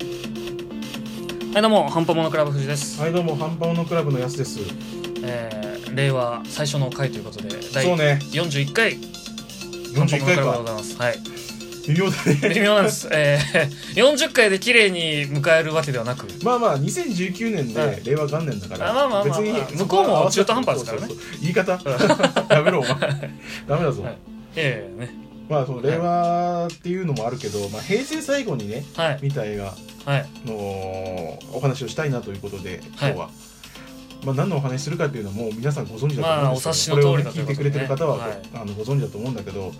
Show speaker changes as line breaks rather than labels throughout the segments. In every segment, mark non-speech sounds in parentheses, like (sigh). はいどうもハンパモノクラブ藤です、
はいどうもハンパオのクラブのやすです
えー、令和最初の回ということで第
そうね
41回ハンパ
41
モノ
回
クラブでご
か
ざいますはい
微妙だ
(laughs)
ね
微妙なんです、えー、40回で綺麗に迎えるわけではな
(laughs)
く
まあまあ2019年で、
はい
令和元年だから
あまあまあまあまあ向こうも中途半端ですからね
そうそうそう言い方 (laughs) やめろお前ダメだぞ、
はいええね
まあその令和っていうのもあるけど、まあ、平成最後にね
はい
見た映画
はい
のお話をしたいなということで今日
はい
は、まあ、何のお話するかっていうのはもう皆さんご存知だと思うんですけど、
まあ
こ
お
れ
察しの通り
を
だ
ね
とい
聞
う
い
ことで
てく
ね
れてる方は、
はい
あのご存知だと思うんだけど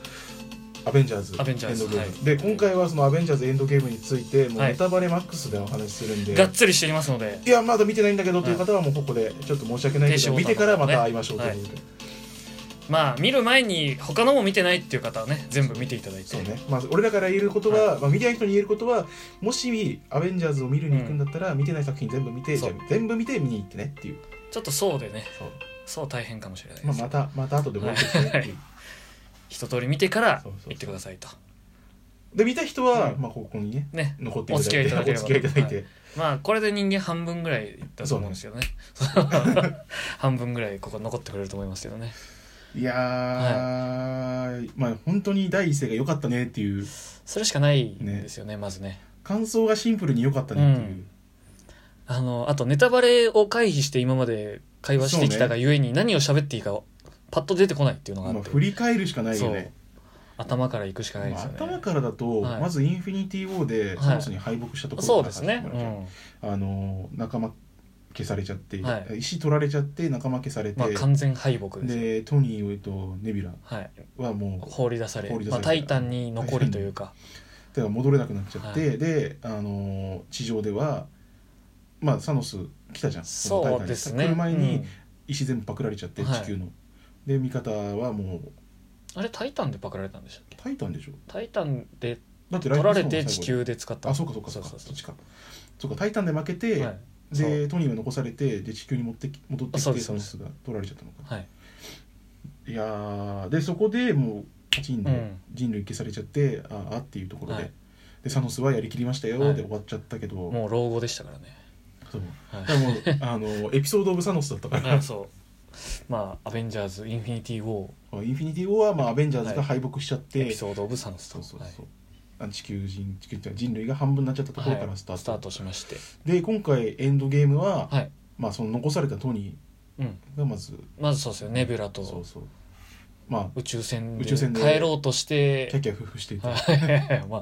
アベンジャーズ
アベンジャーズ
エンドゲーム、
はい
で今回はそのアベンジャーズエンドゲームについてもう
はい
ネタバレマックスでお話しするんで、
がっ
い、
つりしていますので
やまだ見てないんだけどという方はもうここでちょっと申し訳ないけど、
はい
見てからまた会いましょうということで、
まあ見る前に他のも見てないっていう方はね全部見ていただいて
そうね、まあ、俺らから言えることは、まあ、見てない人に言えることはもしアベンジャーズを見るに行くんだったら、見てない作品全部見てじ
そ
ゃ
う
あ全部見て見に行ってねっていう
ちょっとそうでね
そう
そう大変かもしれないで
まあ、
す、
またまた後でもう一回ねっていう
一通り見てから
そうそうそう
行ってくださいと
で見た人は、
うん
まあ、ここにね
ね
残っていただいて
お
お
付
付
き合
き合
い
い
い
い
た
た
だければ
だいて
まあこれで人間半分ぐらいだと思うんですけどね半分ぐらいここ残ってくれると思いますけどね
いやー、まあ本当に第一声が良かったねっていう
それしかないんですよねまずね
感想がシンプルに良かったねっていう、
あのあとネタバレを回避して今まで会話してきたがゆえに何を喋っていいかパッと出てこないっていうのがあ
まあ、
って、
振り返るしかないよ
そう
ね
頭から行くしかないで
ますあ
よ
頭
ね、
からだと、
はい
まず「インフィニティ・ウォー」で
はい
サノスに敗北したところ
そう
か
で
ら
すね
始まるじゃんあのー仲間消されちゃって、
は
石取られちゃって仲間消されて、
うんまあ完全敗北ですよ
でトニーとネビュラ
はい
はもう
放り出され
放り出
ま
さ
あ、
れ
タイタンに残りというか
だから戻れなくなっちゃって、
は
で、あのー地上ではまあサノス来たじゃんのタイ
そ
タ
う
ン
ですね
来る前
う
に
ん
石全部パクられちゃって、
はい
地球の、で味方はもう
あれタイタンでパクられたんでしたっけ
タイタンでしょ
タイタンで
だって
取られ
ライ
て
フ
地
ミッションの
球で使った
最後にあそうかそうかそうかそっちかそうかタイタンで負けて、
はいそ
でトニーは残されてで地球に持ってき戻ってき
そう
て
です
サノスが取られちゃったのか
はい
いやーでそこでもうパチン
う
で
ん
人類消されちゃって、あーあっていうところで、
はい
でサノスはやりきりましたよ、
はい
で終わっちゃったけど
もう老後でしたからね
そう
はい
でもあのエピソード・オブ・サノスだったか
は
ら、
いそうまあ「アベンジャーズ・インフィニティ・ウォ
インフィニティ・ウォーは、まあ、アベンジャーズが敗北しちゃっ
ー」
て、
エピソード・オブ・サノス
そ
と
うそう
はい
そうあの地球人地球っていうか人類が半分になっちゃったところからスタート,、
はいスタートしまして
で今回エンドゲームは、
はい、
まあ、その残されたトニ
うん、
ーがまず
まずそうですよネビュラ
そう
と
そうまあ
宇宙船で
宇宙船で
帰ろうとし
キャ
て
キャフフしていた、
はい (laughs)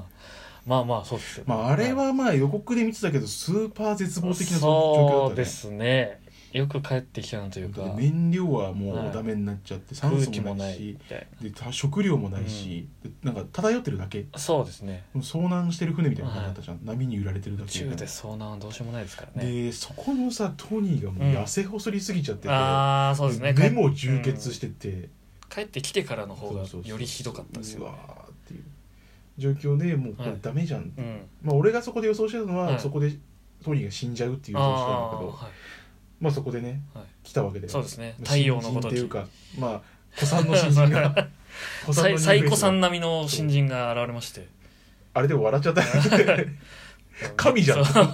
まあまあまあそうですよ
まあ、あれ
はい
はまあ予告で見てたけどスーパー絶望的な
そ
状況だ
う
った
で
ね
すねよく帰ってきたなというか
だって燃料はも
はいう
ダメになっちゃって、酸
空
素
気
も
も
な
ないいみ
した
い
でた食料もないし、でなんか漂ってるだけ
なそうですね
遭難してる船みたいな感じだったじゃん、波に揺られてるだ
宇
け
宙で遭難はどうしようもないですからね
でそこのさトニーがもう痩せ細りすぎちゃってて、
ああそうですね
目も充血してて、
帰ってきてからの方が
そうそうそう
よりひどかったですよ、
う
ね
わーっていう状況でもうこれ
はい
ダメじゃん、
うん、
まあ、俺がそこで予想してたのは、
はい
そこでトニーが死んじゃうっていう
あ
予想してたん
あ
だけど
は
まあそこでね
い、はい、
来たわけで
そうですね
まあ
太陽のごと
新人って
き
いうかまあ子さんの新
(laughs)
人が古参の
最
人
最古
類ですよ
さん並みの新人が現れまして
あれでも
(laughs)
笑っちゃった神じゃん
そう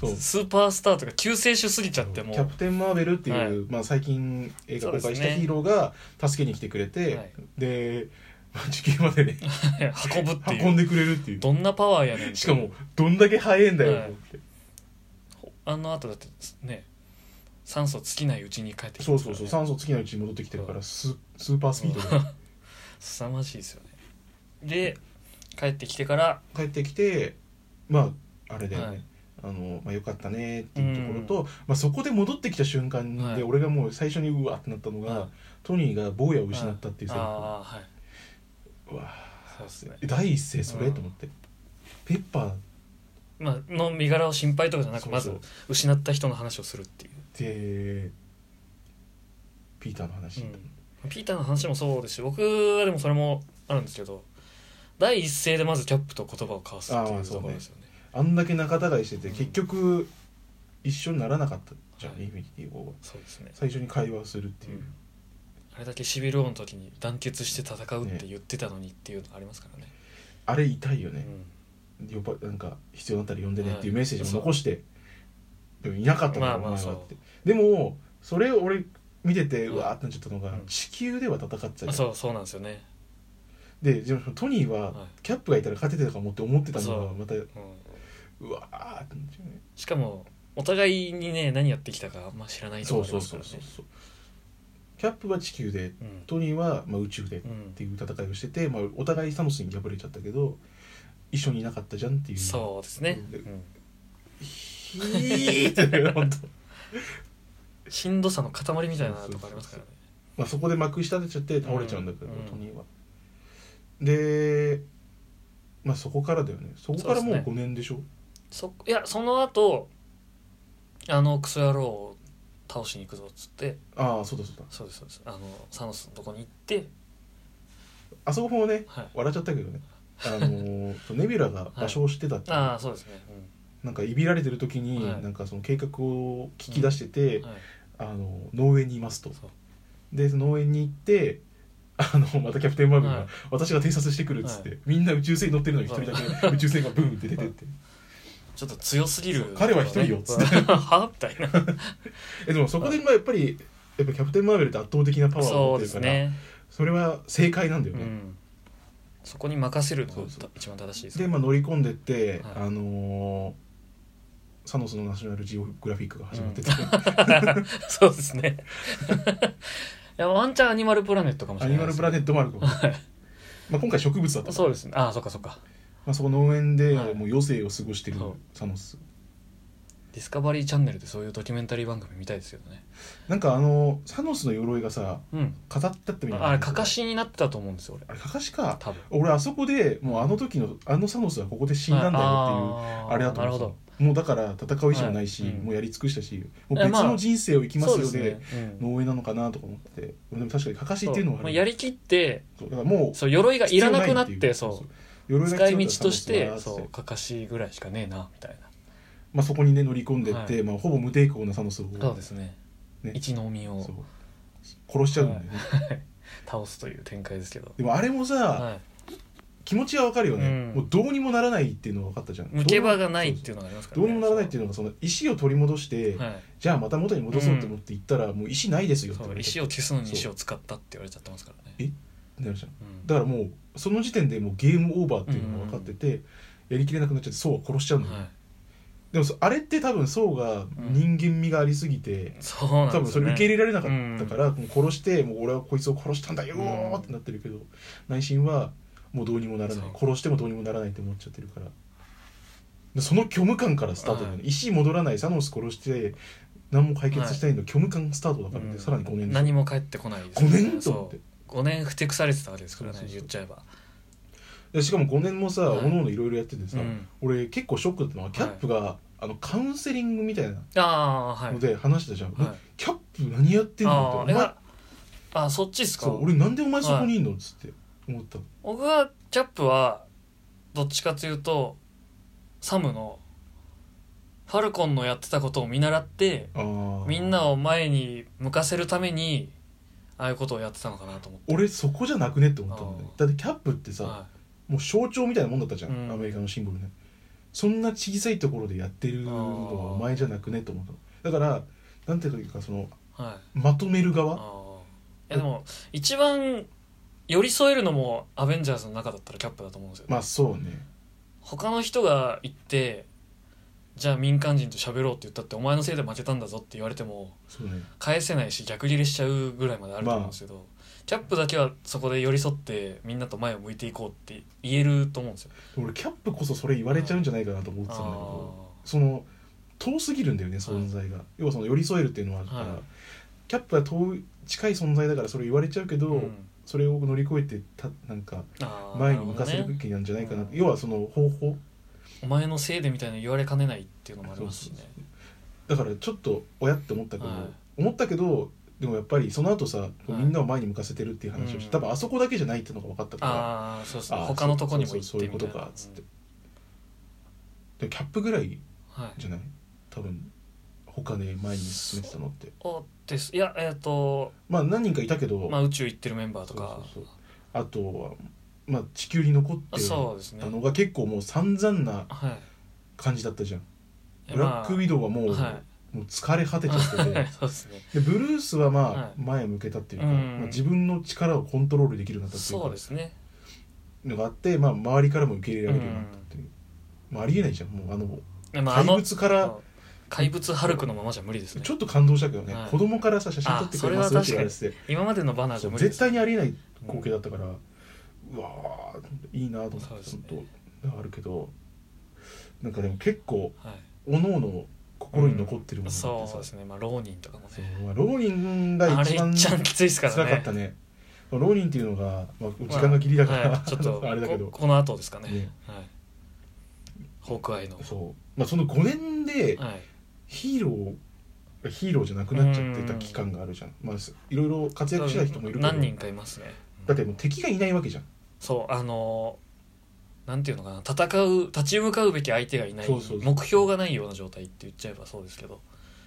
そう
スーパースターとか救世主すぎちゃっても
キャプ
う
テン・マーベルっていう、
はい
まあ、最近映画公
そう
開
です
した
ね
ヒーローが助けに来てくれて、
はい
で、まあ、地球までね
運ぶっていう
運んでくれるっていう
どんなパワーやねんって
しかもどんだけ早いんだよ、
はい
って
あのあとだってね酸素尽きないうちに帰ってきて
そ
ま
う
すか
そ
ら
う
ね
そう酸素尽きないうちに戻ってきてるからススーパースピード
う
で
ん凄まじいですよねで帰ってきてから
帰ってきてまああれだよね、
はい
あのまあ、よかったねっていうところと、まあ、そこで戻ってきた瞬間で、
はい
俺がもう最初にうわってなったのが、
はい
トニーが坊やを失ったっていうセリ
あ
フ、
あはいう
わ
そうですね
第一声それ、
うん
と思ってペッパーっ
まあの身柄を心配とかじゃなく
そう
ま
そう
ず失った人の話をするっていう
てピーターの話、
ピーターの話もそうですし僕はでもそれもあるんですけど第一声でまずキャップと言葉を交わすって
あ
い
あ
う
そ
と
うね
ころですよね
あんだけ仲違いしてて、
うん
結局一緒にならなかったじゃん、
はい
インフィニティ・ウォーは
そうですね、
最初に会話をするっていう、
うんあれだけシビル王の時に団結して戦うって言ってたのにっていうのありますからね
あれ痛いよね、
うん
よばなんか必要だったら呼んでねっていうメッセージも残して、でもいなかったからお
まあ
前
ま
は
あ
って、
そう
でもそれを俺見てて
うん
うわーってなっちゃったのが、
うん
地球では戦ってたじゃん
あそうそうなんですよね、
ででもトニーは
は
キャップがいたら勝ててたかもって思ってたの
そ
がまたう
いうん、
わーってなっちゃうね
しかもお互いにね何やってきたかあんま知らないと
そ
こ
う
ろあり
そう
ますか
そう
らね
そうそうキャップは地球で
うん
トニーは、まあ、宇宙でっ
うん
ていう戦いをしてて、まあ、お互いサムスに敗れちゃったけど一緒にいなかったじゃんっていう
そうですね、
で
うん
ひーってね本当
しんどさの塊みたいなとこありますからね
まあそこで幕下出ちゃって倒れちゃうんだけど、
うん
トニーはでまあそこからだよねそこからもう
そうです
5年でしょ
そいやその後あのクソ野郎を倒しに行くぞっつって
ああそうだそうだ
そうですそうですあのサノスのとこに行って
あそこもね
はい
笑っちゃったけどねあのーそうネビュラが場所を知ってたっていう、
ああそうですね、
なんかいびられてる時に、
はい
なんかその計画を聞き出してて、
うんはい、
あの農園にいますと
そう
でその農園に行ってあのまたキャプテン・マーヴンが、
はい
私が偵察してくる」っつって、
は
みんな宇宙船に乗ってるのに一人だけ宇宙船がブーンって出てって、
ちょっと強すぎる、
彼は一人よっつって
(laughs) はみたいな
えでもそこでまあやっぱりやっぱキャプテン・マーベルって圧倒的なパワーを持
そう
って
で
る
す
からそ,、
ね、
れは正解なんだよ
う
ね、
ん、そこに任せるのが
そうそう
一番正しいです
で、まあ、乗り込んでっ
は
て、
い
あのーサノスのナショナルジオグラフィックが始まってて、
(laughs) そうですねいやワンチャンアニマルプラネットかもし
(laughs) ア
れ
ニ
な
マ
いで
ル
すね、
プラネット・マルコ、まあ今回植物だったから
そうですねああそっかそっか
まあ、そこ農園で
はい
もう余生を過ごしてる
そう
サノス
ディスカバリーチャンネルでそういうドキュメンタリー番組見たいですけどね
なんかあのサノスの鎧がさ
うん
飾ってあったみたいな
あれかかしになってたと思うんですよ俺
あれかかしか
多分
俺あそこでもうあの時のあのサノスはここで死んだんだよっていう
あ
あ
ー
れだと
なる
思
ほ
う
ど
もうだから戦う以上ないし、
はいうん
もうやり尽くしたしもう
え
別
まあ
の人生を生きますよ
そう
で
ですねうん
農園なのかなとか思っててでも確かにかかしっていうの
そ
は
う
あ
まあ
る
やりきって
そうだからもう
そう鎧がいらなくなっ
必要い
て
い
そう
う鎧が
使
必要
い
だ
道として
サノス
そ
は
う
つって
かかしぐらいしかねえなみたい
まあ、そこにね乗り込んでって、
は
まあ、ほぼ無抵抗なサノスを
なそうですね
ね
一農民を
そう殺しちゃうんだよね、
倒すという展開ですけど
でもあれもさ、
はい
気持ちはわかるよね、
うん
もうどうにもならないっていうのは分かったじゃん
抜け場がないっていううのがありますから
どうにもならないっていううのがその石を取り戻して、
はい
じゃあまた元に戻そうと思って行ったら、もう石ないですよって
そ
言わ
う
れ
石
て
を消すのに石を使ったって言われちゃってますからね
なるじゃん
うん
だからもうその時点でもうゲームオーバーっていうのが分かってて、やりきれなくなっちゃってソウは殺しちゃうんだよ、
はい
でもそあれって多分ソウが人間味がありすぎて、
そうなんです
多
よね
分それ受け入れられなかったから、もう殺してもう俺はこいつを殺したんだよーってなってるけど、内心はもうどうにもならない
そう
殺してもどうにもならないって思っちゃってるからでその虚無感からスタートだよね、石戻らないサノス殺して何も解決したいの、虚無感スタートだからね、
うん
さらに5年
何も返ってこないです
5
よね
年と思って
そう5年ふてくされてたわけですからね
そうそうそう
言っちゃえば
でしかも5年もさ
はい
おのおのいろいろやっててさ、
うん
俺結構ショックだったのはキャップが、あのカウンセリングみたいな
ああーはい
ので話したじゃん、
はい
キャップ何やってん
あ
の
ーあ
って
れ
お前
はあそうあそっちですか
そう俺なんでお前そこにいんのっつって思ったの
僕はキャップはどっちかというとサムのファルコンのやってたことを見習って
あー
みんなを前に向かせるためにああいうことをやってたのかなと思って
俺そこじゃなくねって思ったんだよ
あ
だってキャップってさ、
は
もう象徴みたいなもんだったじゃん、
うん
アメリカのシンボルねそんな小さいところでやってるのはお前じゃなくねって思ったのだからなんていうかその
い、はい、
まとめる
あ
側
あいやでも一番寄り添えるのもアベンジャーズの中だったらキャップだと思うんですよ、
まあそうね
他の人が行ってじゃあ民間人と喋ろうって言ったってお前のせいで負けたんだぞって言われても
そうね
返せないし逆ギレしちゃうぐらいまであると思うんですけど、キャップだけはそこで寄り添ってみんなと前を向いていこうって言えると思うんですよ。
俺キャップこそそれ言われちゃうんじゃないかなと思ってたんだけどその遠すぎるんだよね存在が、要はその寄り添えるっていうのはあるから、
はい
キャップは遠い近い存在だからそれ言われちゃうけど、
あーうん
それを乗り越えてたなんか
あー
前に向かせ
な
る
るほど
べ
ね
きなんじゃないかな
なるほどね
要はその方法
お前のせいでみたいな言われかねないっていうのもありますしね
そう。だからちょっと親って思ったけど、
はい
思ったけどでもやっぱりその後さ、こう
はい
みんなを前に向かせてるっていう話をして、
うん
多分あそこだけじゃないっていうのが分かったか
ああそうですね
あー
他のとこにも行って
そうそうそうい
み
うこと
たい
か
な。
っつってらでキャップぐらい
はい
じゃない多分他で前に進めてたのって
おですいやえっ、と
まあ何人かいたけど、
まあ宇宙行ってるメンバーとか
そうそうそうあとはまあ、地球に残って
あそうですね
たのが結構もう散々な
はい
感じだったじゃん、
いや
ブラックウィドウはもう,、
は
もう疲れ果て
い
ちゃっ
(laughs)
てて
そうですね
でブルース
は
はま
い
あ前向けたっていうか、
うん
まあ、自分の力をコントロールできるようになったってい
そうで
う
すね
のがあって、まあ、周りからも受け入れられるようになったっていう、まあ、ありえないじゃんもうあの
まああ
怪
の
物から
そう怪物ハルクのままじゃ無理ですね
ちょっと感動したけどね、
はい
子供からさ写真撮ってくれますよって言われてて
今までのバナーじ
そ
ゃ
う
無理で
絶
す
対にありえない光景だったから、うわーいいなと思って
そうですね
本当あるけどなんかでも結構
はい
おのおの心に残ってるものがあ
そ
ってさ
うですねまあ浪人とかも
そう
ね
まあ浪人が
あれ
一
い
番
っちゃんきついですからね
辛かったね浪人っていうのが、まあ、時間が切りだから、
はい
(laughs)
ちょっと
あれだけど
ここの後ですかね
ね
はいホークアイの
そう、まあ、その5年で
はい
ヒーローがヒーローじゃなくなっちゃってた期間があるじゃん、まあ、いろいろ活躍してた人もいるけど
何人かいますね
だってもう敵がいないわけじゃん
そうあのーなんていうのかな戦う立ち向かうべき相手がいない
そうそうそう
目標がないような状態って言っちゃえばそうですけど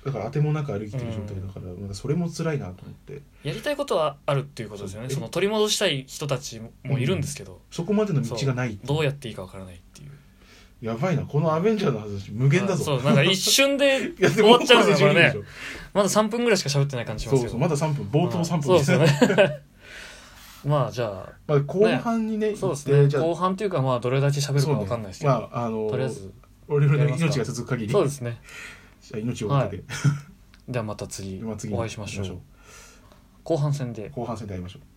だから当てもなく歩いてる状態だから、まあそれも辛いなと思って
やりたいことはあるっていうことですよね
そう
その取り戻したい人たちもいるんですけど、
そこまでの道がない
どうやっていいかわからないっていう
やばいなこの「アベンジャー」の話無限だぞ
あそうなん
(laughs)
か一瞬で
いやで
終
も
わっちゃうんですよこれね
これ
まだ3分ぐらいしか喋ってない感じし
十
ま
分
す
でしょそ
けど
うそうまだ3分冒頭3
そう
分
で
で
すす
ね
よね (laughs) まあじゃあ
まあ後半にね
そうです
行っ
ね
てじゃあ
後半というかまあどれだけ喋るかわかんないですけど、
そうねまああの
とりあえず
我々の命が続く限り
そうですね
じゃあ命をかけて、
ではまた次
まあ次
お会いしましょ
行
う
き
後半戦で
後半戦で会いましょう